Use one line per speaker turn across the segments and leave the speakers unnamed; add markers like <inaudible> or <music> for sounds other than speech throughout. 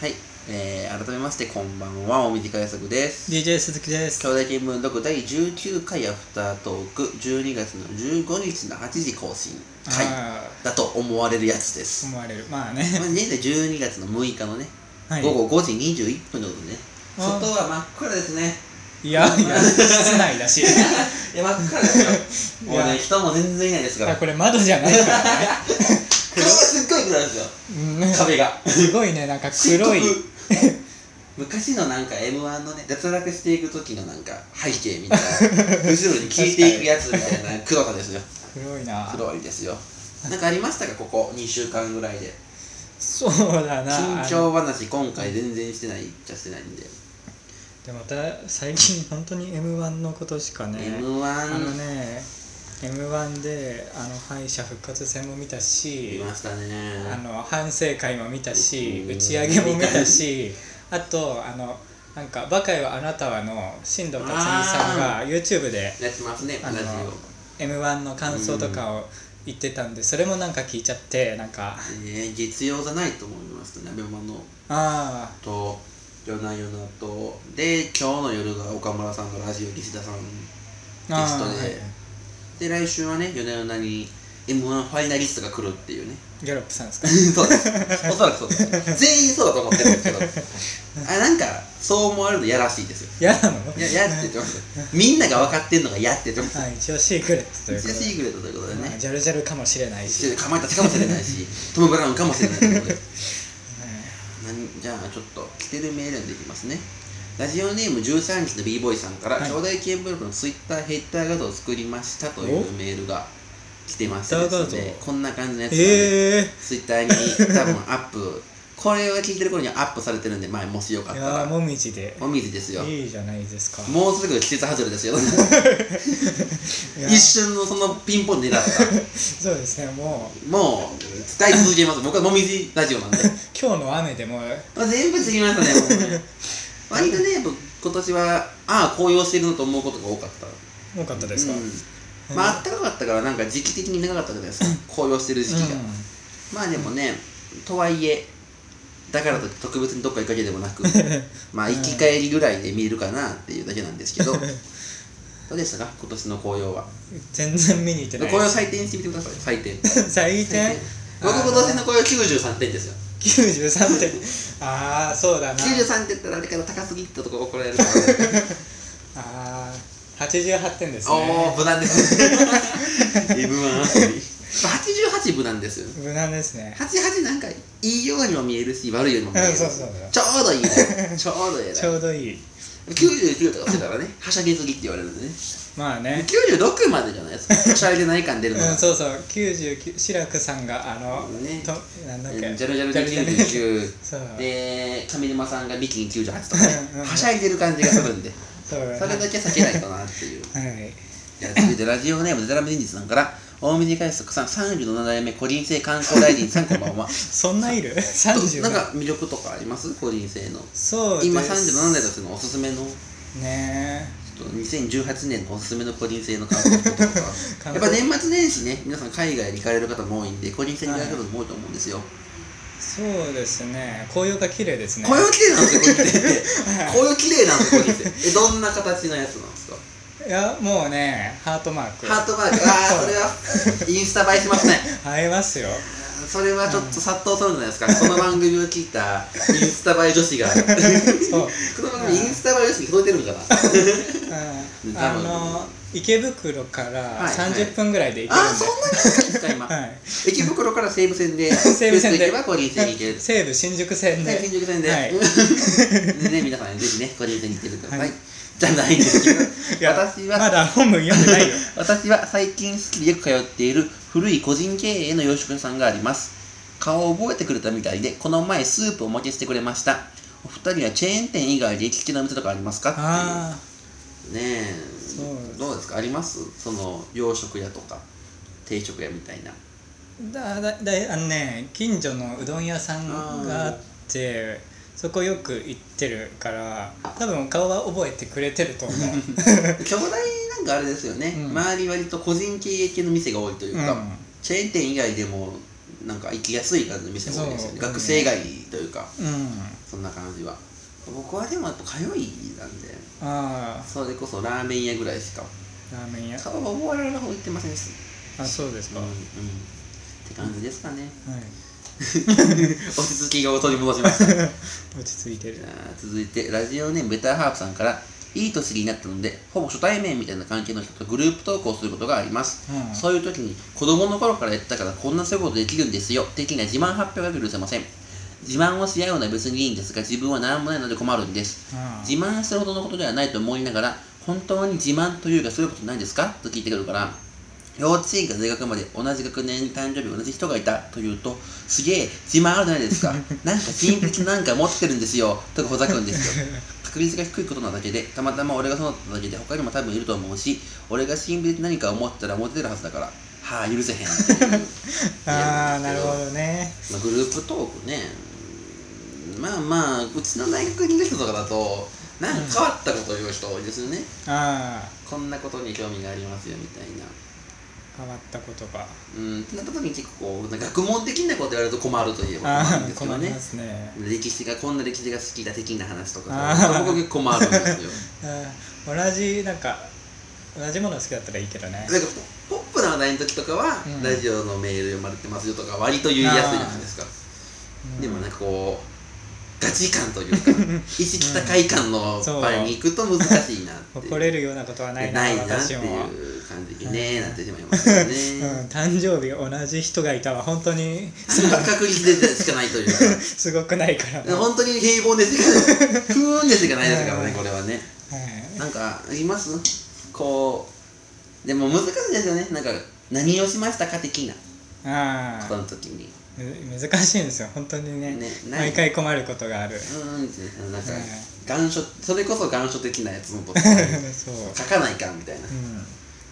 はい、えー、改めましてこんばんは、おみじかやすぐです。
DJ 鈴木です
兄弟見聞録第19回アフタートーク、12月の15日の8時更新回
あ
だと思われるやつです
ー。思われるまあね
まあ、現在12月の6日のね、
はい
午後5時21分のことでね、
あ
外は真っ暗ですね。 <laughs>
いやいや室内だし
いや、真っ暗ですよ。
<laughs> い
もう
や
ね、人も全然いないですから。
<laughs> あ
こ
これ窓じゃないから
れがすっごい暗いですよ、
ね、うん、
壁が。
すごいねなんか黒い
漆黒昔のなんか m 1のね脱落していく時のなんか背景
<laughs>
みたいな後ろに消えていくやつみたいな黒さですよ
黒いな
黒いですよなんかありましたかここ2週間ぐらいで
そうだな
緊
あの
張話今回全然してないっちゃしてないんで、
でもだ最近本当に m 1のことしかね
m
あ
1
のね m 1であの敗者復活戦も見た
見
し
ましたね
あの反省会も見たし
うん
打ち上げも見たしあとあのなんか「バカよあなたは」の新藤辰巳さんが YouTube で
やってますね
あ
同
の
じよ
m 1の感想とかを言ってたんでそれもなんか聞いちゃってなんか
えー月曜じゃないと思いましたね ABEMA の
あ
と夜な夜なとで今日の夜が岡村さんのラジオ岸田さん
ーあ
ゲスト
ー
でで来週はね夜な夜なに m 1ファイナリストが来るっていうね
ギャロップさんです
<laughs>
か <laughs>
そうですおそらくそうです全員そうだと思ってるんですけどあなんかそう思われるのやらしいですよ
嫌なの
いややって言ってますみんなが分かってんのがやって言ってます
はい一応シークレットという
一
こ
応
とで
シークレットということで
まあ
ね
ジャルジャルかもしれないし、
一緒にかまいたちかもしれないしトム・ブラウンかもしれないと
<laughs>
いうことでなんじゃあちょっと来てるメール読んでいきますねラジオネーム13日の b ボーイさんから、
はい
兄弟見聞録のツイッターヘッダー画像を作りましたという
お
メールが来てましてです
ヘッダー
ね
画像
こんな感じのやつなんで
ええ
ツイッターに多分アップこれを聞いてる頃にはアップされてるんで、まあ、もしよかっ
ー、い
た
やー
ら
もみじで
お水ですよ
いいじゃないですか
もうすぐ季節外れですよ
いや
<laughs> 一瞬のそのピンポン狙った
そうですねもう
もう伝え続けます僕はもみじラジオなんで
今日の雨でも
まあ全部過ぎましたねもうね割とね僕今年はああ紅葉してるのと思うことが多かった
多かったですか、
うん、まああったかかったからなんか時期的に長かったじゃないですか紅葉してる時期が、
う
まあでもねとはいえだからといって特別にどっか行くわけでもなくまあ行き帰りぐらいで見れるかなっていうだけなんですけどどうでしたか今年の紅葉は
ん全然見に行ってない
紅葉
<laughs>
採点してみてください採点
採
採
点
点僕今年の紅葉93点ですよ
93点ああそうだな
93点って言ったらあれから高すぎってとこ怒られるから
ああ88点です
お
ね
お無難です <laughs> M1 遊び88無難ですよね
無難ですね
88なんかいいようにも見えるし悪いようにも見える
うんそうそうそう
ちょうど
<laughs>
いいねちょうどいいね
ちょうどいい
99とかしてたらねはしゃぎすぎって言われるん
<laughs>
でね
まあね
96までじゃないですかはしゃいでない感出
う
る
ん
のが、
そうそう99志らくさんがあの、
ね
となんだっけ
ジャルジャル
ジャルジャル
99
そう
で上沼さんがビキニ98とか
うんうん
ね
うん
はしゃいでる感じがするんで
<laughs> そう
それだけ避けないとなっていう
はい
いや続いてラジオネームデタラメ人事さんから大水海賊さん37代目個人性観光大臣さん
<laughs>
こんばんは
そんないる30
なんか魅力とかあります個人性の
そうです
今37代としてのおすすめの
ね
ちょっと2018年のおすすめの個人性の観光とか
<laughs> 観光
やっぱ年末年始ね皆さん海外に行かれる方も多いんで個人性に行かれる方も多いと思うんですよ、
そうですね紅葉が綺麗ですね
紅葉綺麗なんで
<laughs>
すよ個人性って紅葉綺麗なんですよ個人性えどんな形のやつなんですか
いやもうねハートマーク
ハートマークああそれはインスタ映えしますね
映えますよ
それはちょっと殺到するんじゃないですか、この番組を聞いたインスタ映え女子が
<laughs>
こ
そう、
の番組インスタ映え女子に届いてるんかな
うん、
多
あ
分
の池袋から
はい
30分ぐらいで行ける
ああ
ん
そ
で、
んなに好きですか今、
はい
池袋から西武線で
西武線
ベスト行
で
けば個人線に行ける
西武新宿線で
はい新宿線で、
はい
で <laughs> ね皆さんぜひね個人戦に行ってみてください、
はい
じゃないんです
い
けど
や
私
ま
は
だ本文読んでないよ
私は最近好きでよく通っている古い個人経営の洋食屋さんがあります顔を覚えてくれたみたいでこの前スープをおまけしてくれましたお二人はチェーン店以外で行きつけのお店 <laughs> とかありますかっ
あ
ていうね
そうで
え
す
どうですかありますその洋食屋とか定食屋みたいな
あだだだあのね近所のうどん屋さんがあってそこよく行ってるから多分顔は覚えてくれてると思
<laughs>
う、
兄弟なんかあれですよね、
うん
周り割と個人経営系の店が多いというか、
うん
チェーン店以外でもなんか行きやすい感じの店も多いですよね
そう
学生街というか
うん
そんな感じは僕はでもやっぱ通いなんで
ああ
それこそラーメン屋ぐらいしか
ラーメン屋
顔は覚えられるほど行ってませんし
あそうです
う
か、
んうんっ
は
て感じですか
<laughs>
ね
い
落ち着きを取り戻しました <laughs>
落ち着いて
じ
る
ゃあ続いてラジオネームベターハープさんからいい年になったのでほぼ初対面みたいな関係の人とグループ投稿することがあります、
うん
そういう時に子供の頃からやってたからこんなそういうことできるんですよ的な自慢発表が許せません自慢をし合うのは別にいいんですが自分は何もないので困るんです
あ
自慢するほどのことではないと思いながら本当に自慢というかそういうことないですかと聞いてくるから幼稚園から大学まで同じ学年誕生日同じ人がいたと言うとすげえ自慢あるじゃないですかなんか人的なんか持ってるんですよとかほざくんですよ確率が低いことなだけでたまたま俺がそうだっただけで他にも多分いると思うし俺が神秘的何かを持ってたらモテるはずだからはあ許せへんっていう
あーなるほどね
まあ、グループトークねうんまあまあうちの大学にいる人とかだとなんか変わったことを言う人多いですよね、
ああ
こんなことに興味がありますよみたいな
変わったことが
うんってなった時に結構こう学問的なことやると困るといえば困るん
あ
で
あ
すけど
困り
ね
ますね
歴史がこんな歴史が好きだ的な話と
あ
か
ー
そこが結構困るんですよ
あー同じなんか同じもの好きだったらいいけどね
なんかポポップな話題の時とかは、
うん
ラジオのメール読まれてますよとか割と言いやすいじゃないですか
うん
でもなんかこうガチ感という
<laughs>
か意識高い感の
そう
場合に行くと難しいなっていう
誇れるようなことはないな
ないなってい
私も、
う感じにね、なってしまいますよ
うん
ね、
誕生日同じ人がいたは本当に <laughs>
確率でしかないというか
すごくないから、はい、
本当に平凡ですしかない不運でしかないですからねこれはねなんかいますこうでも難しいですよねなんか何をしましたか的な
あ
こ
あ
の時に
む難しいんですよ本当にね
ねない
毎回困ることがある
うんうんなんか
はい
願書それこそ願書的なやつのと
<laughs>
こ
そう、
書かないかみたいな
うん、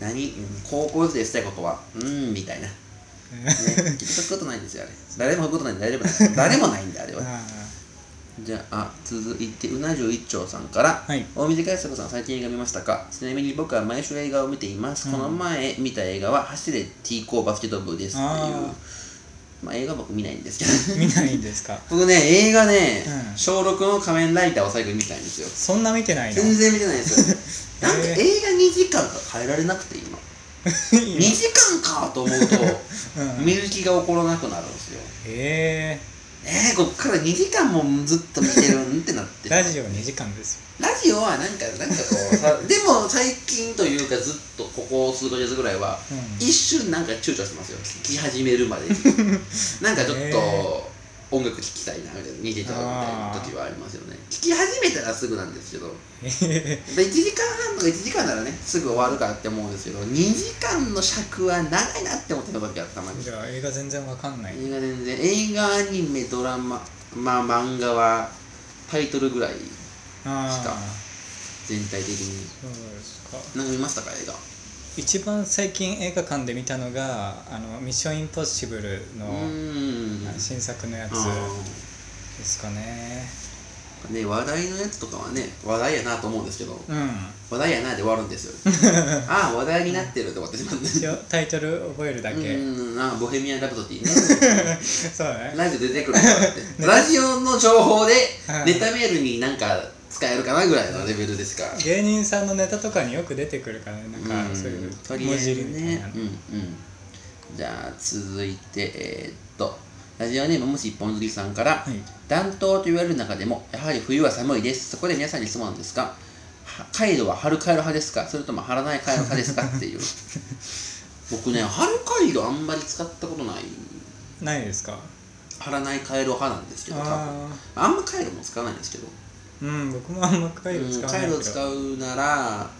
何うん高校時代したいことはうんみたい
<laughs>
な、ね、きっとそういうことないんですよあれ誰もそういうことないんで大丈夫なんです誰もないんであれは
あ
じゃあ続いてうな重一丁さんから、
はい
大水海賊さん最近映画見ましたかちなみに僕は毎週映画を見ています、この前見た映画は「走れ T コーバスケット部」ですっていう
あ
まあ映画僕見ないんですけ
ー
ど
<laughs> 見ないんですか
僕ね映画ね、
うん
小6の仮面ライダーを最後に見たいんですよ
そんな見てないの
全然見てないんですよ
<laughs>
な
へー
んで映画2時間が変えられなくて今2時間かと思うと
うん
見る気が起こらなくなるんですよ
<laughs> え
えー、こっから2時間もずっと見てるんってなっ
ー、
て
ラジオ2時間ですよ
ラジオはなんか、なんかこ
<laughs>
うさ、でも最近というかずっとここ数ヶ月ぐらいは、
うん
一瞬なんか躊躇してますよ。聴き始める
<laughs>
までに。なんかちょっ
へ
と音楽聴きたいな、みたいな、逃げちゃうみたいな時はありますよね。聴き始めたらすぐなんですけど、
えー
1時間半とか1時間ならね、すぐ終わるかって思うんですけど、2時間の尺は長いなって思ってた時はたまに
じ。ゃあ映画全然わかんない
映画全然、映画、アニメ、ドラマ、まあ漫画はタイトルぐらい、
あ
した
あ
全体的に。
そうですか
なんか見ましたか映画
一番最近映画館で見たのが「あのミッションインポッシブルの」
ん
あの新作のやつ
あ
ですかね
ーね話題のやつとかはね話題やなと思うんですけど
うん
話題やなで終わるんですよ
<laughs>
ああ話題になってるって終わってしまうんです
一応タイトル覚えるだ
う
け
んあーボヘミアン・ラプソディね
そうだね
ラジオ出てくるからってラジオの情報で
はい
ネタメールになんか使えるかなぐらいのレベルですから
芸人さんのネタとかによく出てくるからねなん
う
か
ん
そういう
とりあ
文
え
字
ず
みたい
ね
な
うんうんじゃあ続いてえーっとラジオネームもし一本釣りさんから、
はい
暖冬と言われる中でもやはり冬は寒いですそこで皆さんに質問なんですがはカイロは春カイロ派ですかそれとも貼らないカイロ派ですかっていう僕ね春カイロあんまり使ったことない
ないですか
貼らないカイロ派なんですけど多分
あ
あんまカイロも使わないんですけど
あうん僕もあんまカイロ使
うん
わな
カ
いけ
イ
ど、
ロ使うなら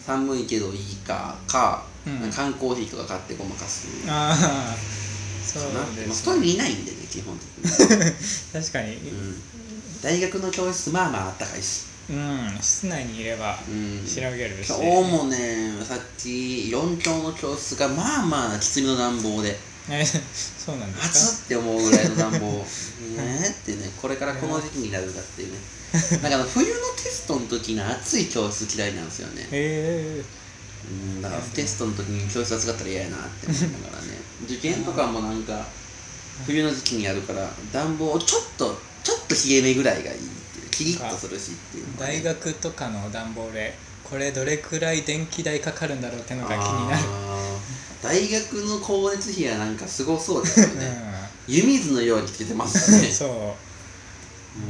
寒いけどいいかか、
うん
缶コーヒーとか買ってごまかす
ああそ
かな
う
で
で
も
す
外にいないんでね基本的に、
確かに
うん、大学の教室まあまああったかいし
うん室内にいれば
うん
しのげるし
今日もねさっき4教の教室がまあまあきつめの暖房で
ねそうなんですか
暑って思うぐらいの
<laughs>
暖房ねえってねこれからこの時期になるんだ
<laughs>
っていうねだから冬のテストの時の暑い教室嫌いなんですよね
へえ <laughs>
うんだからテストの時に教室暑かったら嫌やなって思いながらね受験とかもなんか冬の時期にやるから暖房をちょっとちょっと冷え目ぐらいがいいっていうキリッとするしっていうのはね
大学とかの暖房でこれどれくらい電気代かかるんだろうってのが気になる
あー大学の光熱費はなんかすごそうですよ
<laughs>
ね湯水のようにつけてま
うん
すね
<laughs> そう
も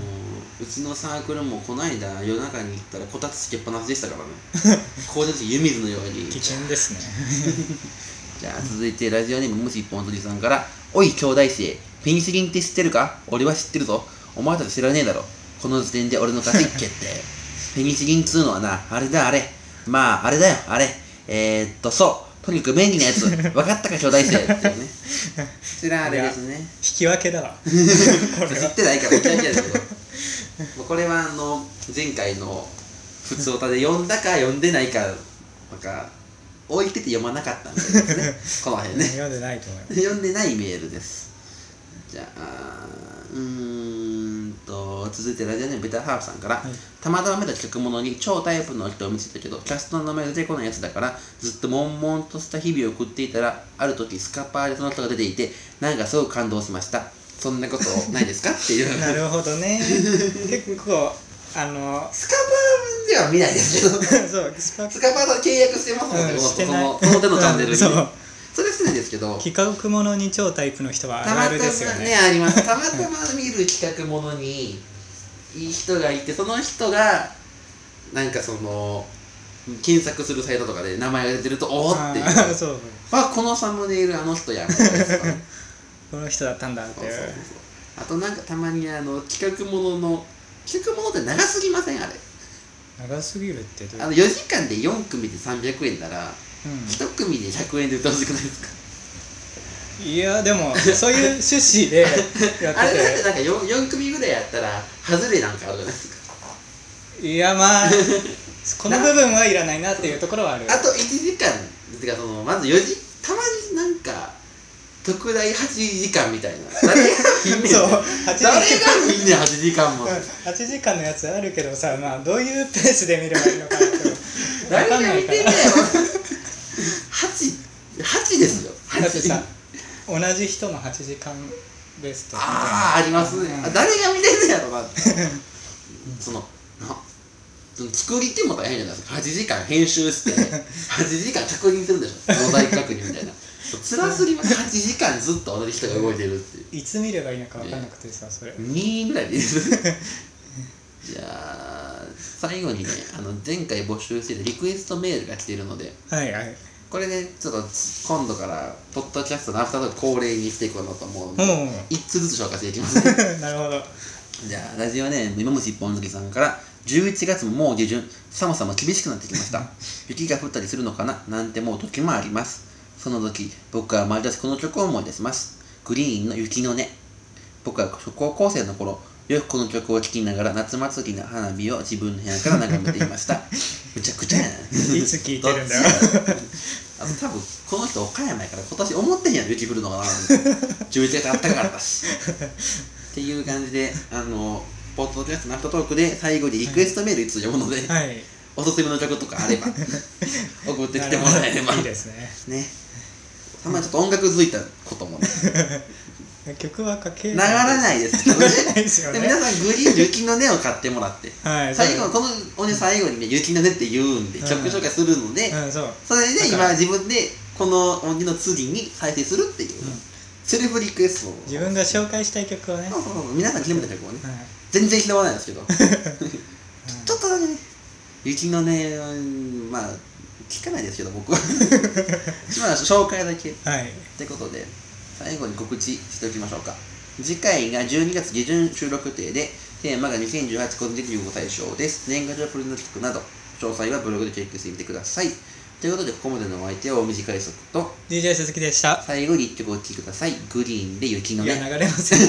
ううちのサークルもこないだ夜中に行ったらこたつつけっぱなしでしたからね
<laughs>
光熱費湯水のように
危険ですね
じゃあ続いてラジオネームムシ一本鳥さんから「おい兄弟生ペニシリンって知ってるか俺は知ってるぞお前たち知らねえだろこの時点で俺の勝ち決定 <laughs> ペニシリンっつうのはなあれだあれまああれだよあれえー、っとそうとにかく便利なやつ分かったか兄弟生っていう
<laughs>
ね知らんあれですね
引き分けだわこ
知
れ
っ
は
てないからいけないけどまあこれはあの前回の「普通歌で読んだか読んでないかなんか置いてて読まなかったみたいですね
<laughs>
この辺ね
読んでないと思います
読んでないメールですじゃあうーんと続いてラジオネームベターハーフさんから、
はい
たまたま見た曲物に超タイプの人を見つけたけどキャストの名前が出てこないやつだからずっと悶々とした日々を送っていたらある時スカパーでその人が出ていてなんかすごく感動しましたそんなことない <laughs> ですかっていう
なるほどね結構あの
スカパーでは見ないですけど
そうスパ
スカパーと契約してますもんね、
うんして
そ
ない
の <laughs> その手のチャンネルに、
うんそう
それはしてないですけど
企画ものに超タイプの人はあ
た
る
ま
あ
たま
るですよね
ねありますたまたま見る企画ものにいい人がいてその人がなんかその検索するサイトとかで名前が出てるとおおっていう
あーそう
あこのサムネイルあの人
<laughs>
やんとかですかね
この人だったんだって
そう
い
そう
う
そうあとなんかたまにあの企画ものの企画ものって長すぎませんあれ
長すぎるってどうい
あ
う
の4時間で4組で300円なら
う
1組で100円で売ってほしくないですか
ん、いや
<laughs>
でもそういう趣旨でや
あれだって
っ
なんか 4, 4組ぐらいやったら外れなんかあるじゃないですか
てていやまあこの部分はいらないなっていうところはある
あと1時間てかそのまず4時たまになんか特大8時間みたい
<laughs>
な誰が見んねん
そう8時
誰が見んねん8時間も
うん8時間のやつあるけどさ、まあ、どういうペースで見ればいいのかなって
誰
分
が
か
見
ん
てん
ない
ねん
か
8
ら
8ですよ
だってさ
8
同じ人の8時間ベストみたいな
ああありますね、あ誰が見てんねんやろなって
<laughs>
そのなその作り手も大変じゃないですか8時間編集して
<laughs>
8時間確認するんでしょ素材確認みたいな辛すぎます8時間ずっと同じ人が動いてるっていう
いつ見ればいいのか分かんなくてさそれ
2位ぐらいです <laughs> じゃあ最後にねあの前回募集してるリクエストメールが来ているので
はいはい
これねちょっと今度からポッドキャストのアフタートーク恒例にしていこうなと思うので、
も
1通ずつ紹介していきますね
う <laughs> なるほど
じゃあラジオネーム今虫一本好きさんから11月ももう下旬寒さも厳しくなってきました
<laughs>
雪が降ったりするのかななんてもう時もありますその時僕は毎年この曲を思い出しますグリーンの雪の音僕は高校生の頃よくこの曲を聴きながら夏祭りの花火を自分の部屋から眺めていました
<laughs>
むちゃくちゃやない
つ聴いてるんだよ
どっちや <laughs> ろあと多分この人岡山やから今年思ってんやろ雪降るのかな11月あったかかったしっていう感じであのポッドキャストのアフタートークで最後にリクエストメールいつ読むので、
はい
おすすめの曲とかあれ
<laughs>
ば送ってきてもらえれば
いいですね
ねたまにちょっと音楽づいたこともね
曲はかけ
流らないですけど
流らないですよね
で皆さんグリーン雪の音を買ってもらって
はい
最後この音最後にね雪の音って言うんで
うん
曲紹介するので、
うんそう
それで
だか
今
ら
自分でこの音の次に再生するっていう、
ん
セルフリクエストを
自分が紹介したい曲をね
そうそうそう皆さん決めた曲をね
はい
全然拾わないですけ
<laughs>
どちょっとだけね雪のねまあ聞かないですけど
<laughs>
僕はまあ紹介だけ
はい
ってことで最後に告知しておきましょうか次回が12月下旬収録予定でテーマが2018個人流行対象です年賀状プレゼント企画など詳細はブログでチェックしてみてくださいということでここまでのお相手は短い速と
DJ 鈴木でした
最後に1曲お聴きくださいグリーンで雪の
い
ね
や流れません